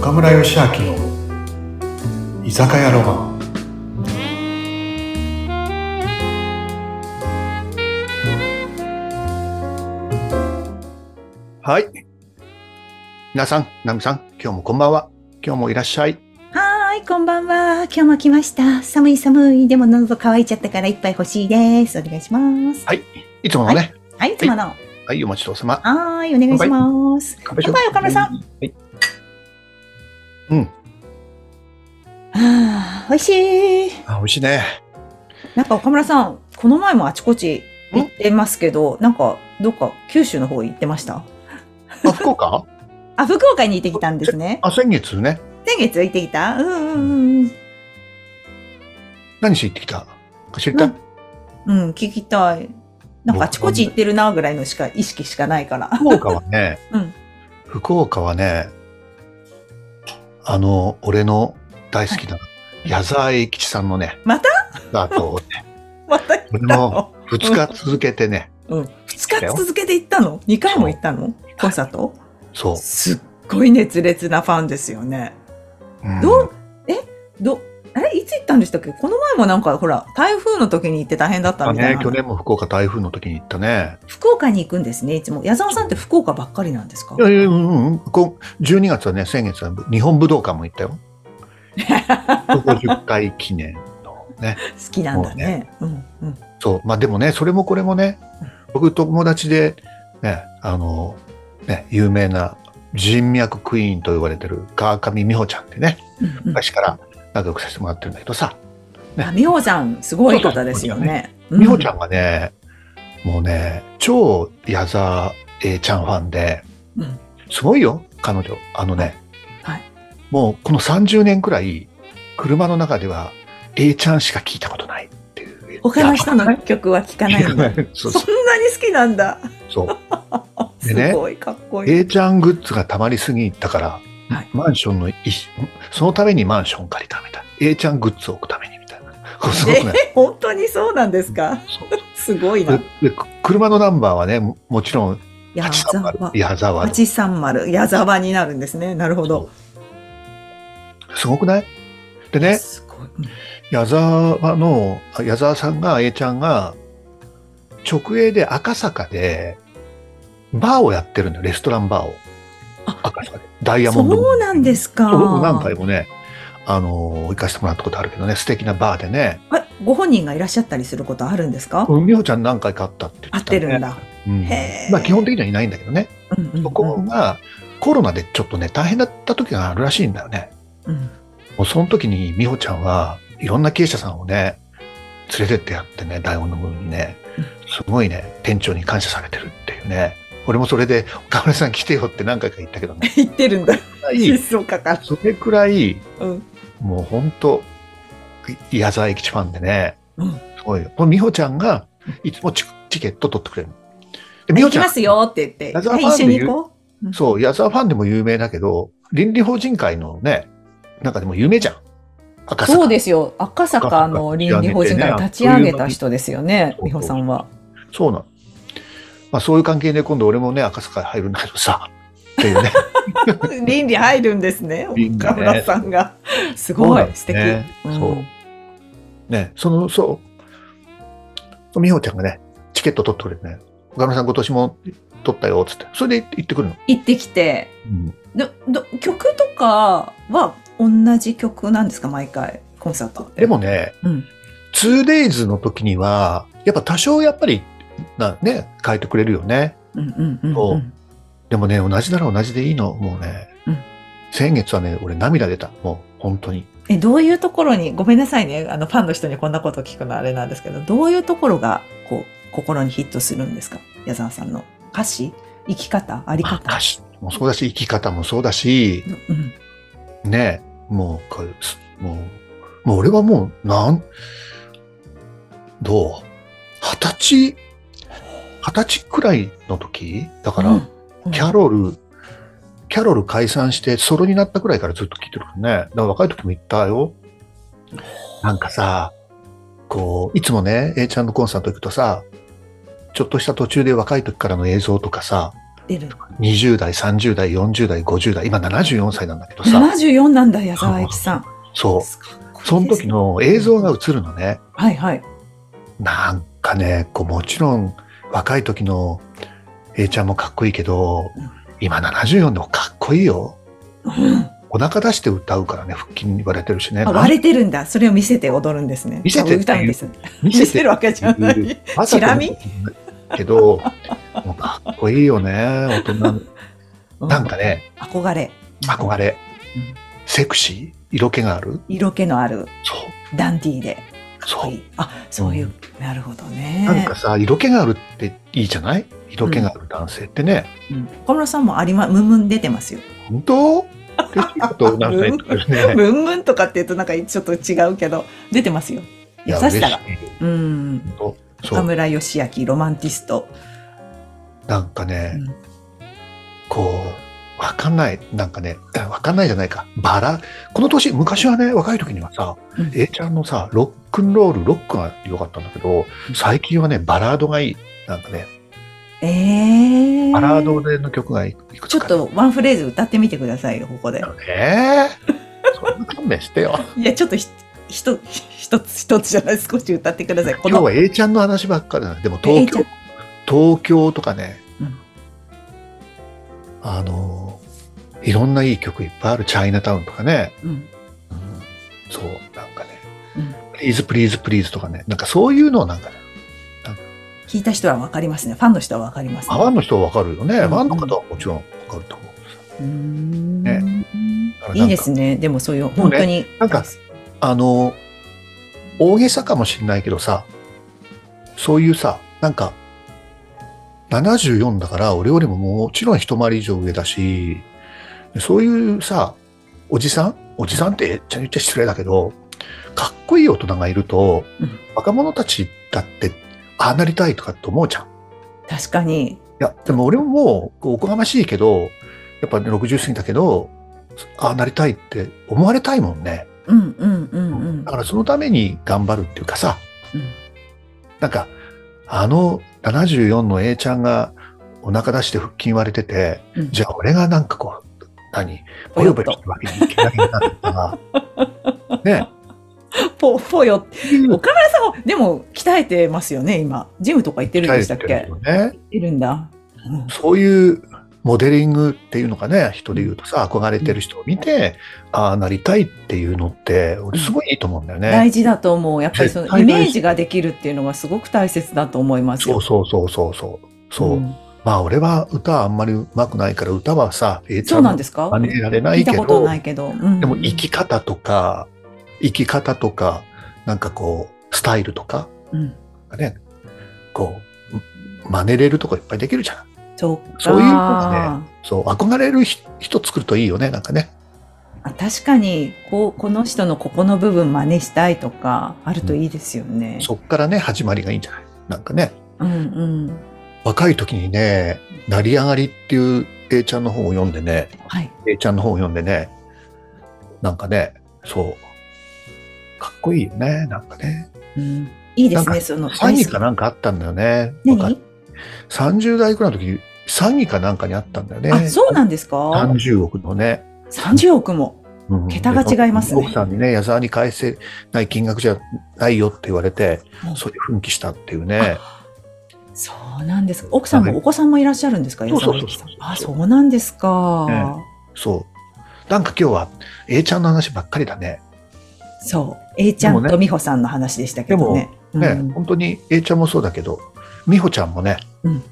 岡村義明の居酒屋ロマンはい。皆さん、ナミさん、今日もこんばんは。今日もいらっしゃい。はーい、こんばんは。今日も来ました。寒い寒い。でも喉乾いちゃったから一杯欲しいです。お願いします。はいいつものね。はい、いつもの。ははい、お待ちどうさま。ーい、お願いします。乾杯し乾よう杯、岡村さん。はい。うん。あー、美味しい。あ、美味しいね。なんか岡村さん、この前もあちこち行ってますけど、なんかどっか九州の方行ってましたあ、福岡 あ、福岡に行ってきたんですね。あ、先月ね。先月行ってきたうんうんうん何しに行ってきたか知りたい、うん。うん、聞きたい。なんかあちこち行ってるなぐらいのしか意識しかないから。福岡はね、 うん福岡はね、あの、俺の大好きな、矢沢永吉さんのね、またあと、ね、また行った俺の2日続けてね、うん。2日続けて行ったの ?2 回も行ったのコンサートそすっごい熱烈なファンですよね。う。うんどう、えど、あれいつ行ったんでしたっけこの前もなんかほら、台風の時に行って大変だったみたいね、な。去年も福岡台風の時に行ったね。福岡に行くんですね、いつも。矢沢さんって福岡ばっかりなんですかいやいや、うんうん。こう12月はね、先月は日本武道館も行った よ。150回記念のね。好きなんだね。うんうん。そう。まあでもね、それもこれもね、僕友達で、ね、あの、ね、有名な人脈クイーンと呼ばれてる川上美穂ちゃんってね、うんうん昔から仲良くさせてもらってるんだけどさ、あ美穂さん、すごい方ですよね。美穂ちゃん。んがね、もうね、超矢沢永ちゃんファンで、うんすごいよ、彼女。あのね、はいもうこの30年くらい、車の中では A ちゃんしか聞いたことないっていう。他の人の曲は聴かないんだ。 そそうんそうなに好きなんだ。そう。すでねごいかっこいい。 A ちゃんグッズがたまりすぎたから、はいマンションの一、そのためにマンション借りたみたいな。A ちゃんグッズを置くためにみたいな。 こうすごくね。え、本当にそうなんですかそうすごいなで。で車のナンバーはね、ももちろん矢沢830、。矢沢の830、矢沢になるんですね。なるほど。すごくないでね、すごい。矢沢の、あ矢沢さんが、A ちゃんが、直営で赤坂で、バーをやってるんだよ、レストランバーを。あ赤坂で。ダイうんヤモンド。そうなんですか。僕も何回もね、あのー行かせてもらったことあるけどね、素敵なバーでね、あご本人がいらっしゃったりすることあるんですかうん美穂ちゃん何回かあったって合言っってた、ね。てるん。だ。うんへ。ーまあ基本的にはいないんだけどね。うんうんうんそこが、コロナでちょっとね、大変だった時があるらしいんだよね。うん もうその時に美穂ちゃんはいろんな経営者さんをね、連れてってやってね、大本の部にねうん、すごいね、店長に感謝されてるっていうね。俺もそれで、岡村さん来てよって何回か言ったけどね。言ってるんだ。いい そうかか。それくらい、うん。もう本当矢沢駅地ファンでね、うんすごいよ。この美穂ちゃんが、いつもチチケット取ってくれるの。で美行穂ちきゃますよって言って。矢沢はいファン一で緒に言う行こん、そう、矢沢ファンでも有名だけど、倫理法人会のね、なんかでも有名じゃん。う。赤坂そうですよ。赤坂の倫理法人会を立ち上げた人ですよねそ、う美穂さんは。そうなの。まあそういう関係で今度俺もね、赤坂入るんだけどさ、って いうね。倫理入るんですね、倫理ね岡村さんが。そすうごなんい、です素敵ね。んそうね、その、そう、美穂ちゃんがね、チケット取ってくれてね、岡村さん今年も取ったよ、つって。それで行ってくるの。行ってきて。うんどど曲とかは同じ曲なんですか毎回コンサートってでもね、うん、 2days の時には、やっぱ多少やっぱり、なね、変えてくれるよね。うんうんうんそうん、うでもね、同じなら同じでいいの、もうね。うん先月はね、俺涙出た。もう、本当に。えどういうところにごめんなさいねあのファンの人にこんなこと聞くのあれなんですけどどういうところがこう心にヒットするんですか矢沢さんの歌詞生き方ありまあ方歌詞もそうだし、生き方もそうだし、うん、ねもうこれすもう、もう俺はもう、なん、どう二十歳、二十歳くらいの時だから、うんうんキャロル、キャロル解散してソロになったくらいからずっと聴いてるからね。だから若い時も行ったよ。なんかさ、こう、いつもね、A ちゃんのコンサート行くとさ、ちょっとした途中で若い時からの映像とかさ、出る。 20代、30代、40代、50代、今74歳なんだけどさ、 74なんだ、矢沢永吉さん。そう。そその時。の映像が映るのね。はいはい。なんかね、こうもちろん若い時の A ちゃんもかっこいいけどうん、今74でもかっこいいよ。うんお腹出して歌うからね、腹筋に割れてるしね。あ割れてるんだ。それを見せて踊るんですね。見せてあ歌うんですね。見見せるわけじゃなうんい。わざとチラ見けど、もうかっこいいよね、大人。なんかね、うん憧れ。憧れうん。セクシー色気がある色気のあるそう。ダンディーで。かっこいい。あ、そういう。うなるほどね。なんかさ、色気があるっていいじゃない色気がある男性ってね。うん小室さんもありま、ムンムン出てますよ。本当って聞くと、なんか言ってるね。ムンムンとかって言うとなんかちょっと違うけど、出てますよ。い 優やしさ嬉が。しいうん。本当そ岡う。村義明、ロマンティスト。なんかね、うんこう、わかんない。なんかね、えわかんないじゃないか。バラ、この年、昔はね、若い時にはさ、うん A ちゃんのさ、ロックンロール、ロックが良かったんだけど、最近はね、バラードがいい。なんかね、ええー。バラードでの曲がいくちつょっかね。とワンフレーズ歌ってみてくださいよ、ここで。えー、 そんな勘弁して よ。いや、ちょっとひ、ひと、一つ一つじゃない、少し歌ってください。こ今日の、は A ちゃんの話ばっかりだな。でも東 A ちゃ京ん、東京とかね、うんあの、いろんないい曲いっぱいある。チャイナタウンとかね。うん。そう、なんかね、うんプリーズプリーズプリーズとかね、なんかそういうのをなんかね、聞いた人はわかりますね。ファンの人はわかりますフね。ァンの人はわかるよね。うんファンの方はもちろんわかると思う。うーんねだからなんかいいですね。でもそういう、もう本ね当に。なんかあの、大げさかもしれないけどさ、そういうさ、なんか、74だから俺よりももちろん一回り以上上だし、そういうさ、おじさんおじさんってめっちゃ言っちゃ失礼だけど、かっこいい大人がいると、うん若者たちだって、ああなりたいとかって思うじゃん。確かに。いや、でも俺ももう、こうおこがましいけど、やっぱね、60過ぎたけど、ああなりたいって思われたいもんね。うんうんうんうんだ。からそのために頑張るっていうかさ、うんなんか、あの74の A ちゃんがお腹出して腹筋割れてて、うんじゃあ俺がなんかこう、何、ぽボよヨっボとヨしてわけにいけないなとか、 ね、ぽ、ぽよって。岡村さんは、でも、鍛えてますよね、今。ジムとか行ってるんでしたっけね。いるんだ。うんそういうモデリングっていうのかね、人で言うとさ、憧れてる人を見て、ああなりたいっていうのって、俺すごいいいと思うんだよね。大事だと思う。やっぱりその絶対イ大事メージができるっていうのがすごく大切だと思いますそよ。うそうそうそうそう。そう。うんまあ俺は歌あんまり上手くないから、歌はさ、ええちそゃうんなんのですか真似られな聞いいたけことどな、いけど。うんでも生き方とか、生き方とか、なんかこう、スタイルとか、うんね、こう、真似れるとこいっぱいできるじゃん。そうか。そういうのがそう、憧れるひ人作るといいよね、なんかね。あ確かにこうこの人のここの部分真似したいとかあるといいですよね。そっからね、始まりがいいんじゃないなんかね、うんうん。若い時にね、成り上がりっていう A ちゃんの本を読んでね、はい。 A ちゃんの本を読んでね、なんかね、そう、かっこいいよね、なんかね。うん、いいでなんすねかその詐欺かな。なんかあったんだよね。若い何？ 30代くらいの時、詐欺かなんかにあったんだよね。あそうなんですか。 30億のね。三十億も。うん桁が違いますねで奥さんにね、矢沢に返せない金額じゃないよって言われてう、んそれで奮起したっていうね。そうなんです。奥さんはもいお子さんもいらっしゃるんですか。そうそうそう矢沢永吉さんあそうなんですか。そう。なんか今日は A ちゃんの話ばっかりだね。そう。A ちゃでんもねと美穂さんの話でしたけどね。ね、うん本当に A ちゃんもそうだけど、美穂ちゃんもね、うん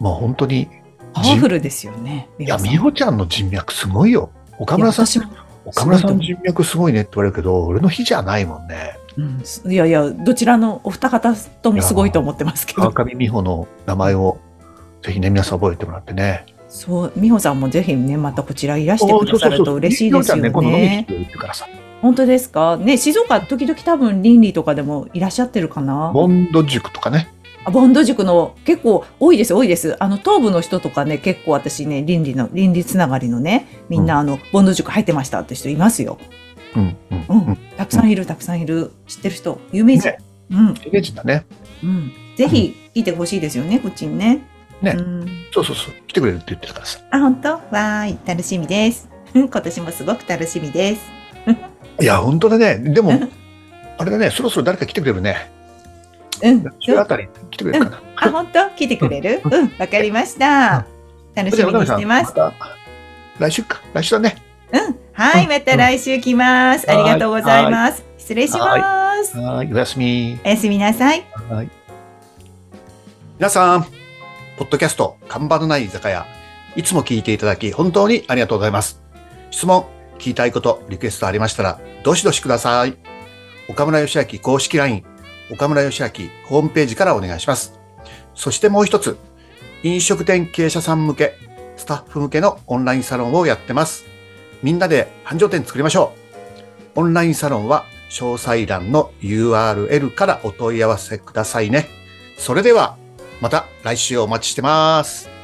もう本当に、パワフルですよね。いや、さん美穂ちゃんの人脈すごいよ。岡村さんいや私も岡村さすんごいと人脈すごいねって言われるけど、俺の日じゃないもんね。うん、いやいやどちらのお二方ともすごいと思ってますけど川上美穂の名前を、ぜひね、皆さん覚えてもらってね。そう、美穂さんもぜひね、またこちらいらしてくださると嬉しいですよ美穂ちゃんね、今度飲みに来ね。てくれるからさ。本当ですかね、静岡、時々多分、倫理とかでもいらっしゃってるかなボンド塾とかね。あボンド塾の結構多いです、多いです。あの、東部の人とかね、結構私ね、倫理の、倫理つながりのね、みんなあの、ボンド塾入ってましたって人いますよ。うん、うん、うんうん。たくさんいる、たくさんいる。知ってる人、有名人。ねうん、イメージだね。うん。ぜひ、聞いてほしいですよね、こっちにね。ねうんそうそうそう、来てくれるって言ってたからさ。あ、本当わーい、楽しみです。今年もすごく楽しみです。いや、本当だね。 でも、あれだね、そろそろ誰か来てくれるね。うん。来週あたり来てくれるかな。あ、本当来てくれるうん、わかりました。楽しみにしてます。た来週か。来週だね。うん。はい、また来週来ます。うあんりがとうございます。失礼します。はーい、おやすみ。おやすみなさい。はい。皆さん、ポッドキャスト、看板のない居酒屋、いつも聞いていただき、本当にありがとうございます。質問、聞きたいこと、リクエストありましたら、どしどしください。岡村義明公式 LINE、岡村義明ホームページからお願いします。そしてもう一つ、飲食店経営者さん向け、スタッフ向けのオンラインサロンをやってます。みんなで繁盛店作りましょう。オンラインサロンは詳細欄の URL からお問い合わせくださいね。それでは、また来週お待ちしてます。